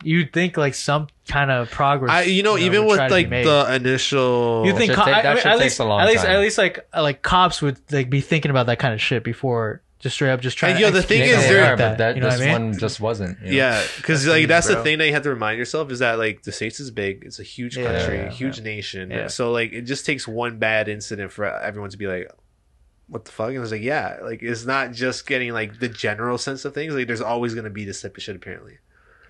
you'd think like some kind of progress
I you know even
would
with
try to be
like
made.
the initial
You think
should
co-
take-
I-
that
I-
should
at
take
least
a long
at least
time.
at least like like cops would like be thinking about that kind of shit before just straight up just trying.
And,
to
yo, the
execute
thing
They
is
something
are,
there-
like
but
that,
that
you know
this
what I mean?
one just wasn't. you know?
Yeah, because like
huge,
that's
bro.
the thing that you have to remind yourself is that like the states is big, it's a huge
Yeah,
country,
yeah,
huge nation.
Yeah.
So like it just takes one bad incident for everyone to be like, "What the fuck?" And it's like, yeah, like it's not just getting like the general sense of things. Like there's always gonna be this type of shit apparently.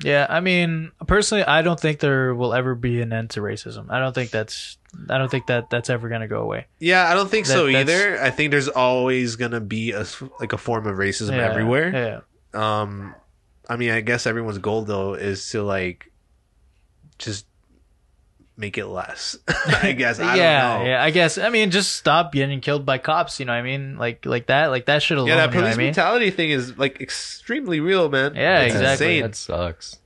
Yeah, I mean, personally, I don't think there will ever be an end to racism. I don't think that's I don't think that that's ever gonna go away.
Yeah, I don't think
That-
so
that's-
either. I think there's always gonna be a s- like a form of racism
Yeah,
everywhere.
Yeah,
Um, I mean, I guess everyone's goal though is to like just make it less. I guess I
yeah,
don't know. Yeah,
yeah. I guess I mean, just stop getting killed by cops. You know what I mean? Like like that, like that shit alone.
that
you know
police
what I mean?
brutality thing is like extremely real, man.
Yeah,
It's
exactly.
insane.
That sucks.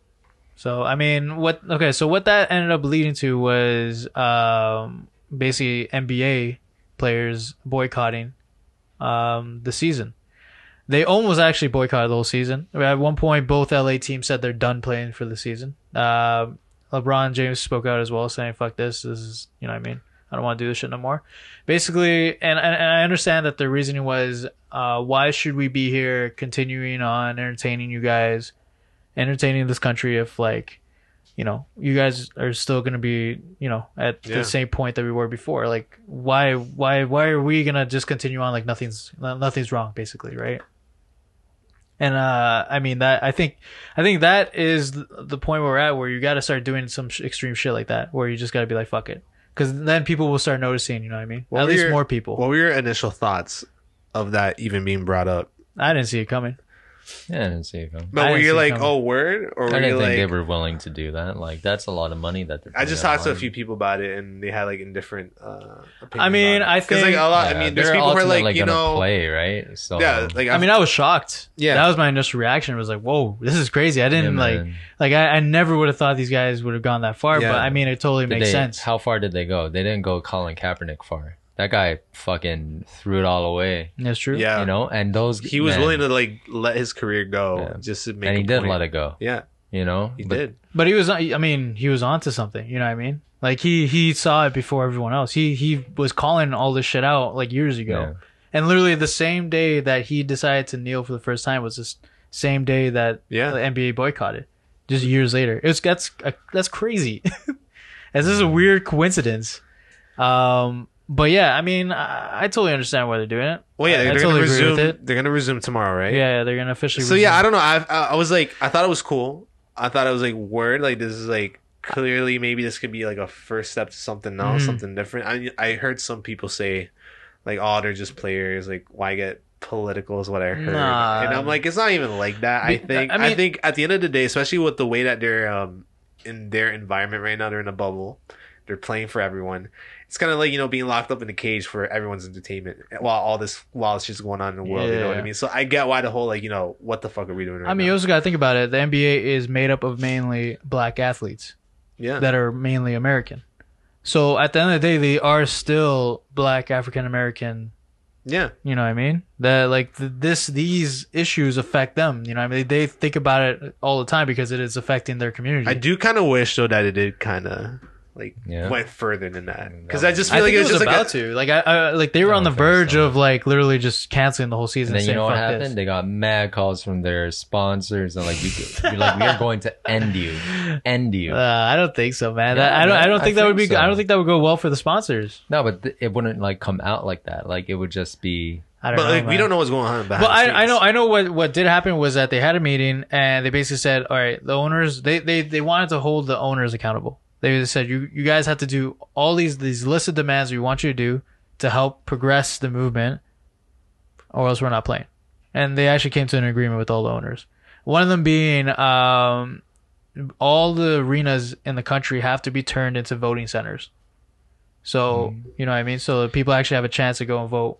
So I mean, what? Okay, so what that ended up leading to was um, basically NBA players boycotting um, the season. They almost actually boycotted the whole season. I mean, At one point, both LA teams said they're done playing for the season. Um LeBron James spoke out as well, saying "fuck this." This is you know what I mean. I don't want to do this shit no more. Basically, and, and and I understand that the reasoning was, uh, why should we be here continuing on entertaining you guys? entertaining this country if like you know you guys are still going to be you know at
Yeah.
the same point that we were before like why why why are we going to just continue on like nothing's nothing's wrong basically right and uh i mean that i think i think that is th- the point where we're at where you got to start doing some sh- extreme shit like that where you just got to be like fuck it because then people will start noticing you know what i mean
What
at
were
least
your-
more people
What were your initial thoughts of that even being brought up?
i didn't see it coming
Yeah, I didn't see it coming.
But
I
were
didn't
you
see it
like,
coming.
oh, word? Or
I
were
didn't
you
think they
like,
were willing to do that. Like that's a lot of money that they're.
I just
putting
talked to a
on.
few people about it, and they had like indifferent. Uh, opinions
I mean,
on it.
I
'Cause, like
think-
a lot. I
Yeah,
mean, there's
they're
people who are
ultimately
like, you
gonna
know,
play right. So
yeah, like
I mean, I was shocked.
Yeah.
that was my initial reaction. Was like, "Whoa, this is crazy." I didn't like, like I, I never would have thought these guys would have gone that far.
Yeah.
But I mean, it totally
Did
makes
they-
sense.
How far did they go? They didn't go Colin Kaepernick far. That guy fucking threw it all away.
That's true.
yeah,
You know, and those
he was
men-
willing to like let his career go
Yeah.
just to make.
and he
a
did
point.
let it go.
Yeah,
You know,
he
But
did.
But he was, I mean, he was onto something. You know what I mean? Like he he saw it before everyone else. He he was calling all this shit out like years ago. And literally the same day that he decided to kneel for the first time was this same day that
Yeah.
the NBA boycotted. Just years later, it's that's uh, that's crazy. As
Mm.
this is a weird coincidence. Um, but yeah, I mean, I, I totally understand why they're doing it.
Well, yeah,
I- I
they're
totally
gonna
agree
resume.
with it.
They're gonna resume tomorrow, right?
Yeah, they're gonna officially.
So yeah, I don't
resume.
know. I I I was like, I thought it was cool. I thought it was like word. Like this is like clearly maybe this could be like a first step to something else,
Mhm.
something different. I I heard some people say, like, oh, they're just players. Like, why get political is what I heard.
Nah.
And I'm like, it's not even like that. I
Be-
think
I
I,
mean-
think at the end of the day, especially with the way that they're um in their environment right now, they're in a bubble. They're playing for everyone. It's kind of like you know being locked up in a cage for everyone's entertainment while all this while it's just going on in the world. You know what I
Yeah.
mean? So I get why the whole like you know what the fuck are we doing? Right
I mean, you
now?
also got to think about it. The NBA is made up of mainly black athletes.
yeah,
that are mainly American. So at the end of the day, they are still black African American.
yeah,
You know what I mean? That like th- this, these issues affect them. You know, what I mean they, they think about it all the time because it is affecting their community.
I do kind of wish though that it did kind of like
Yeah.
went further than that
Mm,
because
that
I just
I
feel like
think
it was, just
about
like a,
to. Like I, I, like they were
I
on the
don't think
verge
so.
of like literally just canceling the whole season.
And then you
saying,
know what
"Fuck
happened?
this."
They got mad calls from their sponsors and like, we, are like, we are going to end you, end you.
Uh, I don't think so, man.
Yeah,
That- I don't. I
man,
don't
I
think that would be.
think
I
so.
don't think that would go well for the sponsors.
no, but th- it wouldn't like come out like that. Like it would just be
I don't
but
know.
like we
man.
don't know what's going on behind.
Well,
the
I, I know
scenes.
I know what what did happen was that they had a meeting and they basically said, all right, the owners they they they wanted to hold the owners accountable. They said you you guys have to do all these these list of demands we want you to do to help progress the movement, or else we're not playing. And they actually came to an agreement with all the owners. One of them being um, all the arenas in the country have to be turned into voting centers. So
Hmm.
you know what I mean. So the people actually have a chance to go and vote.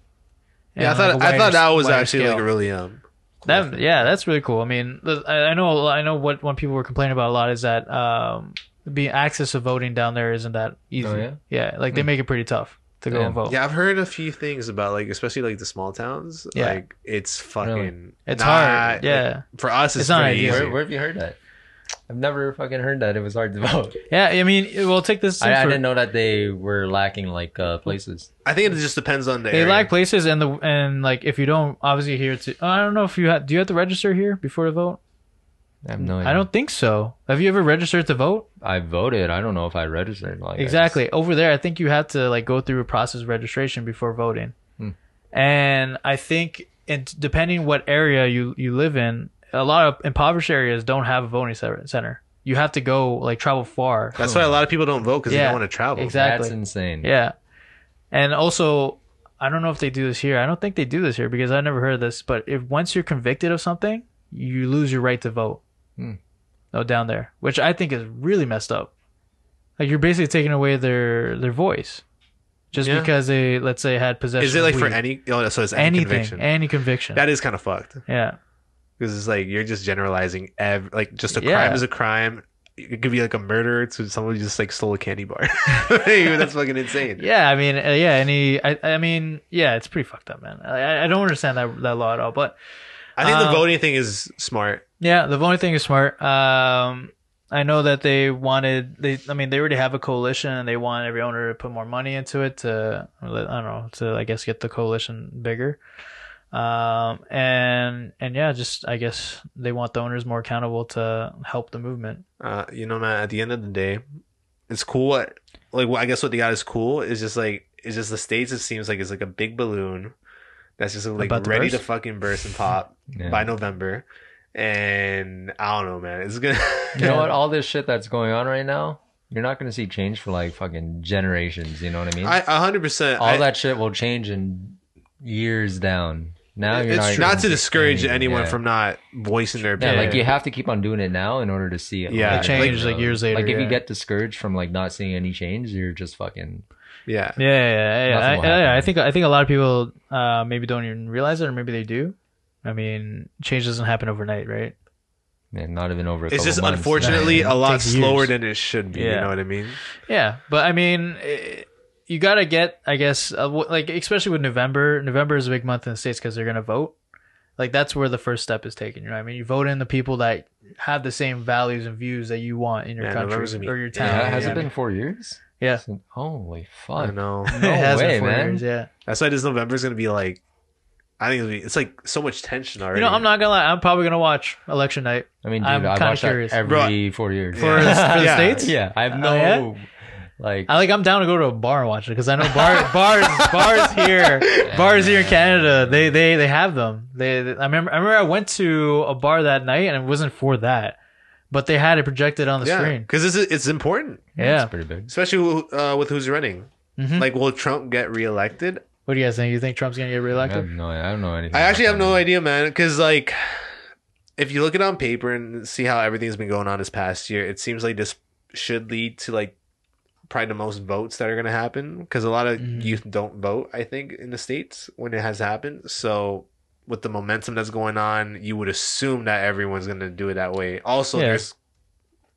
yeah, I
And on,
thought
like, a
I thought
wider-
that was
wider
actually
scale.
like really um
That yeah, that's really cool. I mean, the- I I know a lo- I know what one people were complaining about a lot is that um, the access to voting down there isn't that easy.
Oh, yeah?
like they make it pretty tough to go
Yeah.
and vote.
Hmm. Yeah, I've heard a few things about like especially like the small towns.
Yeah.
Like it's fucking
It's
not-
hard. Yeah,
like, for us it's,
It's not
pretty
ideal.
easy.
Where, where have you heard that? I've never fucking heard that. It was hard to vote.
yeah. I mean, we'll take this.
I, I
for-
didn't know that they were lacking like uh, places.
I think it just depends on the
They
area.
lack places, and the and like if you don't obviously here to I don't know if you have do you have to register here before to vote?
I have no. Idea.
I don't think so. Have you ever registered to vote?
I voted. I don't know if I registered. Like I
exactly over there i think you have to like go through a process of registration before voting
Hmm.
and i think it depending what area you you live in a lot of impoverished areas don't have a voting center- center. You have to go like travel far.
That's why a lot of people don't vote because they
Yeah,
don't want to travel.
exact- Exactly.
That's insane.
Yeah. And also, I don't know if they do this here. I don't think they do this here because I never heard of this. But if once you're convicted of something, you lose your right to vote.
Hmm.
No, down there, which I think is really messed up. Like you're basically taking away their their voice, just
Yeah.
because they let's say had possession.
Is it like for
of weed.
any? Oh, so it's any
anything,
conviction.
any conviction?
that is kind of fucked
yeah,
because it's like you're just generalizing. Ev- like just a
Yeah.
crime is a crime. It could be like a murder to someone who just like stole a candy bar. That's fucking insane.
yeah. I mean, uh, yeah. Any, I, I mean, yeah. It's pretty fucked up, man. I- I, I don't understand that that law at all. But
I think the
Um,
voting thing is smart.
Yeah, the voting thing is smart. Um, I know that they wanted they. I mean, they already have a coalition, and they want every owner to put more money into it to I don't know to I guess get the coalition bigger. Um, and and yeah, just I guess they want the owners more accountable to help the movement.
Uh, you know, man. At the end of the day, it's cool. What, like, well, I guess what they got is cool. Is just like it's just the states. It seems like it's like a big balloon that's just like
About to
ready to
burst?
fucking burst and pop.
Yeah.
by November. And I don't know, man. It's gonna.
You know what? All this shit that's going on right now, you're not going to see change for like fucking generations. You know what I mean?
I a hundred percent.
All
I-
that shit will change in years down. Now you're
It's
not,
true. not to
even-
discourage anyone
yeah.
from not voicing their
Yeah,
opinion.
like you have to keep on doing it now in order to see it.
Yeah.
like,
They
change,
grow.
like, years later,
Like if
yeah.
you get discouraged from like not seeing any change, you're just fucking.
yeah.
Yeah, yeah, yeah.
Nothing
I,
will
yeah,
happen.
I think I think a lot of people uh, maybe don't even realize it, or maybe they do. I mean, change doesn't happen overnight, right?
Man, not even over. A
It's
couple
just
months.
unfortunately
Yeah.
a lot
Takes
slower
years.
than it should be. You
Yeah.
know what I mean?
Yeah, but I mean, eh, you gotta get, I guess, uh, wh- like especially with November. November is a big month in the states because they're gonna vote. Like that's where the first step is taken. You know, what I mean, you vote in the people that have the same values and views that you want in your
Yeah,
country
November's gonna be-
or your town.
Yeah,
Yeah,
has
yeah.
it been four years?
Yeah.
Since- Holy
I
fuck!
know.
No
it has
way,
been four
man.
years. Yeah.
That's why this November's gonna be like. I think it'll be, it's like so much tension already.
You know, I'm not gonna lie. I'm probably gonna watch election night
I mean, dude,
I'm
i
kinda
watch that
curious.
every four years.
for,
Yeah.
for the
Yeah.
states.
yeah, I have no
Oh, yeah? Oh,
like.
I like. I'm down to go to a bar and watch it because I know bar, bars, bars here, bars here in Canada. They, they, they have them. They, they- I remember, I remember, I went to a bar that night and it wasn't for that, but they had it projected on the
Yeah,
screen.
because it's it's important,
Yeah.
It's pretty big.
especially who- uh, with who's running.
Mhm.
Like, will Trump get reelected?
What do you guys think? You think Trump's gonna get
I have
reelected?
no. I don't know anything.
I actually
about
have
that.
no idea, man. Because like, if you look at it on paper and see how everything's been going on this past year, it seems like this should lead to like probably the most votes that are going to happen. Because a lot of
Mhm.
youth don't vote, I think, in the states when it has happened. So with the momentum that's going on, you would assume that everyone's going to do it that way. Also,
Yeah.
there's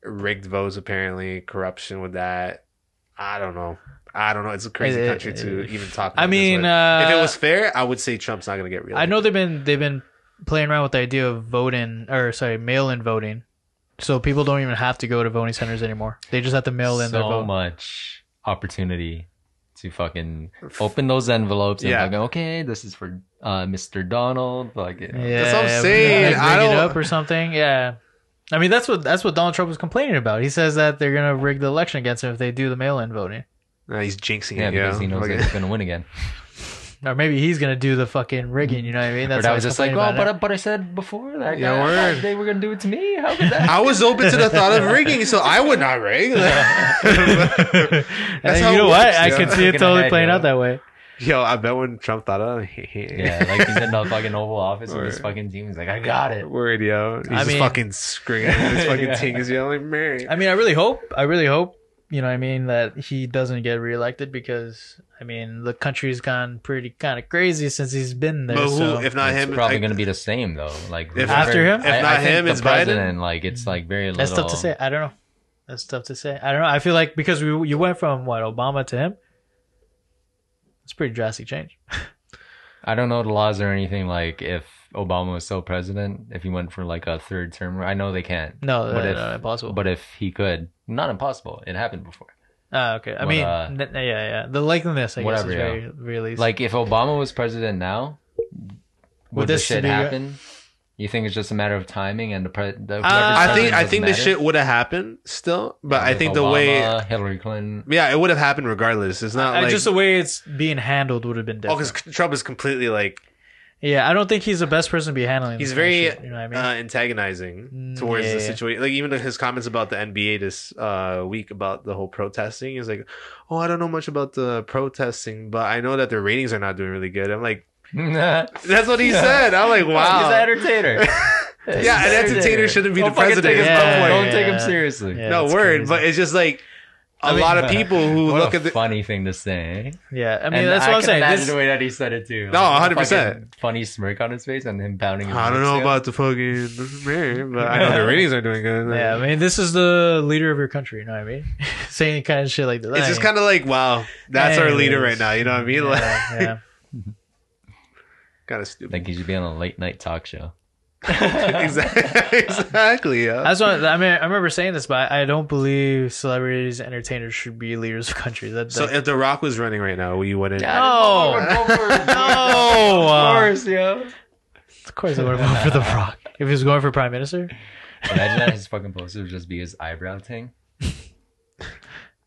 rigged votes apparently, corruption with that. I don't know. I don't know. It's a crazy
It-
country to
it-
even talk.
I
about this,
mean,
but
uh,
if it was fair, I would say Trump's not going to get reelected.
I know they've been they've been playing around with the idea of voting or sorry, mail in voting. So people don't even have to go to voting centers anymore. They just have to mail in
so
their vote.
much opportunity to fucking open those envelopes and
Yeah.
fucking okay, this is for uh, Mr. Donald. Like, you know.
Yeah,
what I'm
yeah,
saying.
like,
I
rig it
don't-
up or something. Yeah, I mean that's what that's what Donald Trump was complaining about. He says that they're gonna rig the election against him if they do the mail-in voting,
No, he's jinxing
yeah,
it.
because
yo.
he knows
Look
that
at-
he's gonna win again.
or maybe he's gonna do the fucking rigging. You know what I mean?
But
That's
I
why
was
he's
just like,
complaining
oh, but,
about
I- but I said before that
Yeah,
guy, I thought
word.
they were gonna do it to me. How could that?
I was open to the thought of rigging, so I would not rig.
it.
That's
And
how
you
it
know what?
works,
I
yo.
could see it
Thinking
totally
ahead,
playing
yo.
out that way.
Yo, I bet when Trump thought of it,
yeah, like he's in the fucking Oval Office with his
Word.
fucking team. He's like, I got it.
word, yo. He's
I
just
mean-
fucking screaming. His fucking
Yeah.
ting is yelling, Mary.
I mean, I really hope. I really hope. You know, what I mean that he doesn't get reelected because I mean the country's gone pretty kind of crazy since he's been there.
But who,
so.
if not
it's
him,
probably
I-
gonna be the same though. Like
If-
After him?
I-
if
I
not
think
him,
the
it's Biden?
president. Like it's like very little.
That's tough to say. I don't know. That's tough to say. I don't know. I feel like because we you went from what Obama to him, it's a pretty drastic change.
I don't know the laws or anything. Like if Obama was still president, if he went for like a third term, I know they can't.
No,
What
no,
if-
no, impossible.
But if he could, not impossible. It happened before.
Ah, okay. I
But,
mean,
uh,
n- yeah, yeah. The likeliness, I
whatever,
guess, is
yeah.
very really
Like if Obama was president now, would,
Would
this
this
shit
be-
happen? You think it's just a matter of timing and the president?
Uh, I think I
doesn't
think the
matter?
shit would have happened still, but I
Like
think
Obama,
the way,
Hillary Clinton.
yeah, it would have happened regardless. It's not
I-
like
just the way it's being handled would have been
oh, because
different.
Trump is completely like
Yeah, I don't think he's the best person to be handling.
He's
this kind of
very,
shit, you know what I mean?
uh, antagonizing
Mm,
towards
yeah,
the
yeah.
situation. Like even his comments about the NBA this uh, week about the whole protesting, he's like, "Oh, I don't know much about the protesting, but I know that their ratings are not doing really good." I'm like, "That's what he
Yeah.
said." I'm like,
He's an
"Wow."
entertainer.
Yeah, an entertainer shouldn't be the
Don't fucking
president.
Take his
Yeah,
buff away.
yeah,
Don't take him
yeah.
seriously.
Yeah,
no
that's
word,
crazy.
but it's just like a
I mean,
lot of people who
What
look
a
at the
funny thing to say.
yeah, I mean
And
that's what
I
I'm
can
saying.
Imagine
This-
the way that he said it too.
No,
Like, a
100%.
fucking Funny smirk on his face and him pounding. His
I don't
lips
know
down.
about the fucking mayor, but I know their ratings are doing good.
yeah, I mean this is the leader of your country. You know what I mean? saying kind of shit like that.
it's just kind of like, wow, that's our leader right
Anyways.
now. You know what I mean?
Yeah,
Like,
yeah.
kind of stupid.
Like he should be on a late night talk show.
exactly. exactly. Yeah.
That's what I mean. I remember saying this, but I don't believe celebrities, entertainers should be leaders of countries. That,
So
that-
if The Rock was running right now, you wouldn't.
Yeah,
No.
I didn't vote for him.
No. Uh,
Of course, yo.
of course, I would vote for The Rock if he was going for prime minister.
Imagine that his fucking poster would just be his eyebrow thing.
in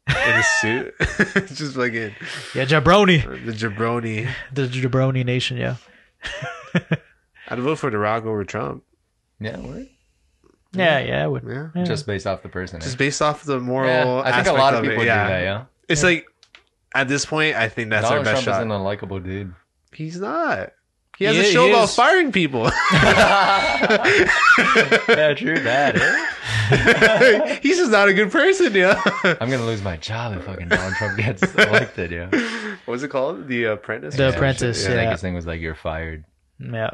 a suit. It's just fucking
Yeah, jabroni,
the jabroni.
the jabroni nation. Yeah,
I'd vote for The Rock over Trump.
Yeah, what?
yeah, yeah. I would.
Yeah.
Yeah.
Just based off the person. eh?
Just based off the moral.
yeah, I think a
aspect
lot of
it,
people do
yeah.
that. Yeah,
It's like at this point, I think that's
Donald
our
Trump
best
is an
shot.
unlikable dude.
He's not. He has
He
a
is-
show
he
about
is.
firing people.
yeah, true that. eh?
He's just not a good person, yeah.
I'm gonna lose my job if fucking Donald Trump gets elected. Yeah.
What's it called? The Apprentice.
The
or
Yeah,
some
Apprentice,
shit?
I
yeah.
think his thing was like you're fired.
Yeah.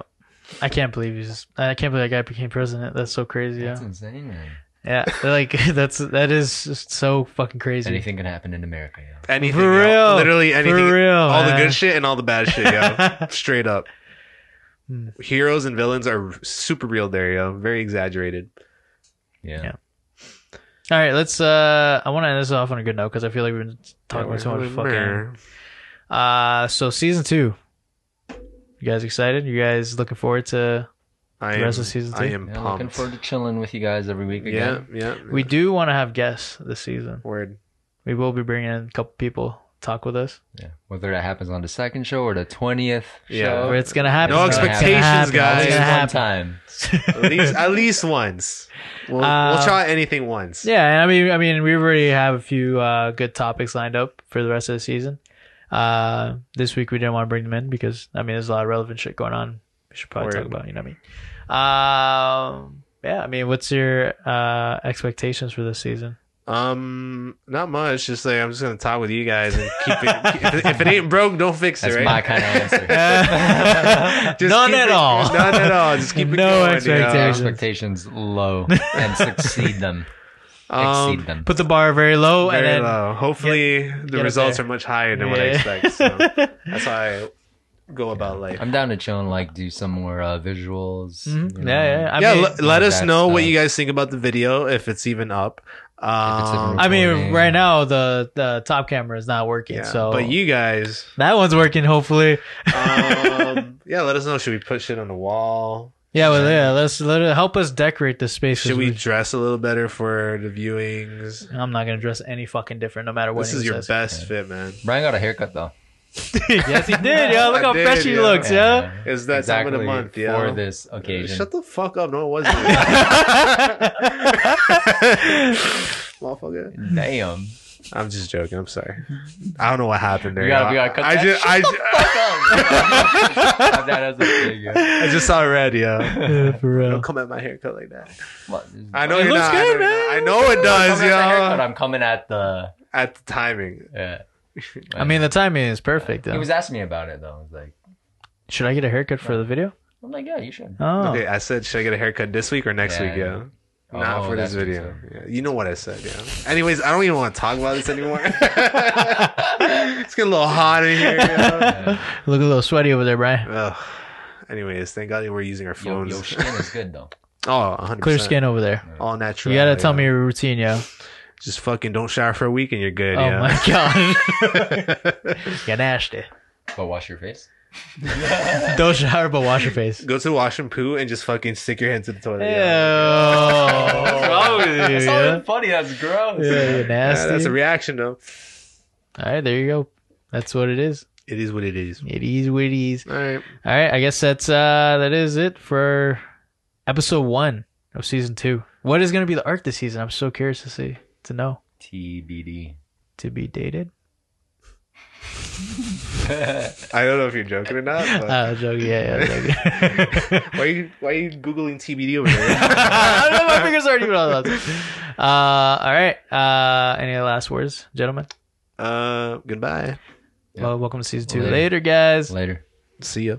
I can't believe he's. I can't believe that guy became president. That's so crazy.
That's
Yeah,
insane. Man.
yeah. Like that's that is just so fucking crazy.
Anything can happen in America. Yeah.
Anything.
For
yo.
real.
Literally
For
anything.
real,
all the
man.
good shit and all the bad shit, yo. Straight up.
Hmm.
Heroes and villains are super real there, yo. Very exaggerated.
Yeah.
Yeah. All right, let's. uh I want to end this off on a good note because I feel like we've been talking about so much fucking. Uh, so season two. You guys excited? You guys looking forward to?
I
The
am,
rest of season
I
two?
am
Yeah,
pumped.
looking forward to chilling with you guys every week
yeah,
again.
yeah.
We do want to have guests this season.
Word.
We will be bringing in a couple people to talk with us.
Yeah. Whether that happens on the second show or the twentieth
Yeah.
show.
Where it's gonna happen.
No
It's gonna
expectations,
happen.
guys.
It's
At
gonna
least one
happen.
time.
At least, at least once. We'll, we'll
Uh,
try anything once.
Yeah, and I mean, I mean, we already have a few uh, good topics lined up for the rest of the season. Uh, this week we didn't want to bring them in because I mean, there's a lot of relevant shit going on. We should probably
Word.
talk about, you know what I mean? Um, yeah, I mean, what's your uh, expectations for this season?
Um, not much. Just like I'm just gonna talk with you guys and keep it. if, if it ain't broke, don't fix
That's
it. Right?
my kind of answer.
Just
None
keep
at
it-
all.
None at all. Just keep it
No
going, you know?
Keep your
expectations.
expectations low and succeed them.
Um,
Exceed them.
Put the bar very low,
very
and then
low. Hopefully, the
get up
results
there.
are much higher than what I
Yeah. Mm-hmm.
expect. So that's how I go about life.
I'm down to chill and like do some more uh, visuals.
Mhm.
you know,
yeah, yeah. I
Mm-hmm. yeah,
mean,
le- let us
that
know what
stuff.
you guys think about the video if it's even up.
it's even
Um,
up,
I mean,
recording.
right now the the top camera is not working,
yeah,
so
but you guys,
that one's working. Hopefully,
um, yeah, let us know. Should we put shit on the wall?
yeah, well, yeah. Let's let it help us decorate the space. 'cause
Should we dress a little better for the viewings?
I'm not gonna dress any fucking different, no matter what.
This
he
is your
says.
best fit, man.
Brian got a haircut though.
yes, he did. Yo,
I
look how
did,
fresh he
yo.
looks. Yeah.
It's that time of the month,
uh, for
yeah.
this occasion.
Shut the fuck up! No, it wasn't. Motherfucker.
Damn.
I'm just joking. I'm sorry. I don't know what happened there.
We gotta-
yo.
we gotta cut
I
that.
just, I, ju-
Have that as a thing, yeah.
I just saw red, yeah.
Yeah, for real.
Don't come at my haircut like that.
What?
I know
It
you're
looks
not.
good,
I know, you're not. I know it does,
I'm coming at the haircut,
yo.
I'm coming at the.
At the timing.
Yeah.
I mean, the timing is perfect.
he
Though.
was asking me about it though. I was like,
Should I get a haircut for the video?
I'm like, yeah, you should.
Oh,
Okay, I said, should I get a haircut this week or next
Yeah,
week? Yeah.
yeah.
Not
Oh,
for this
that's what you
video. Yeah, you know what I said, yeah. Anyways, I don't even want to talk about this anymore. it's getting a little hot in here. yo.
look a little sweaty over there, Brian.
Ugh. Anyways, thank God we're using our
Yo,
phones.
your skin is good though.
Oh, 100%.
Clear skin over there.
All natural.
You gotta tell
yeah.
me your routine, yo.
Just fucking don't shower for a week and you're good.
Oh
yeah.
my god, you're nasty.
But wash your face.
Don't shower, but wash your face.
Go to the wash and poo and just fucking stick your hand to the toilet.
Ew.
Yeah.
What's wrong with you?
That's not
Yeah?
even funny. That's gross.
Yeah, you're
Yeah,
nasty.
that's a reaction though.
All right, there you go. That's what it is.
It is what it is.
It is what it is.
All right.
All right, I guess that's uh that is it for episode one of season two. What is going to be the arc this season? I'm so curious to see to know
TBD.
to be dated.
I don't know if you're joking or not. But
Uh, joke, yeah, yeah. joking.
why are you Why are you googling TBD over there?
I don't know, my fingers aren't even on that. Uh, all right. Uh, any last words, gentlemen?
uh, goodbye.
Yeah.
Well, welcome to season two.
Later.
Later guys.
Later.
See ya.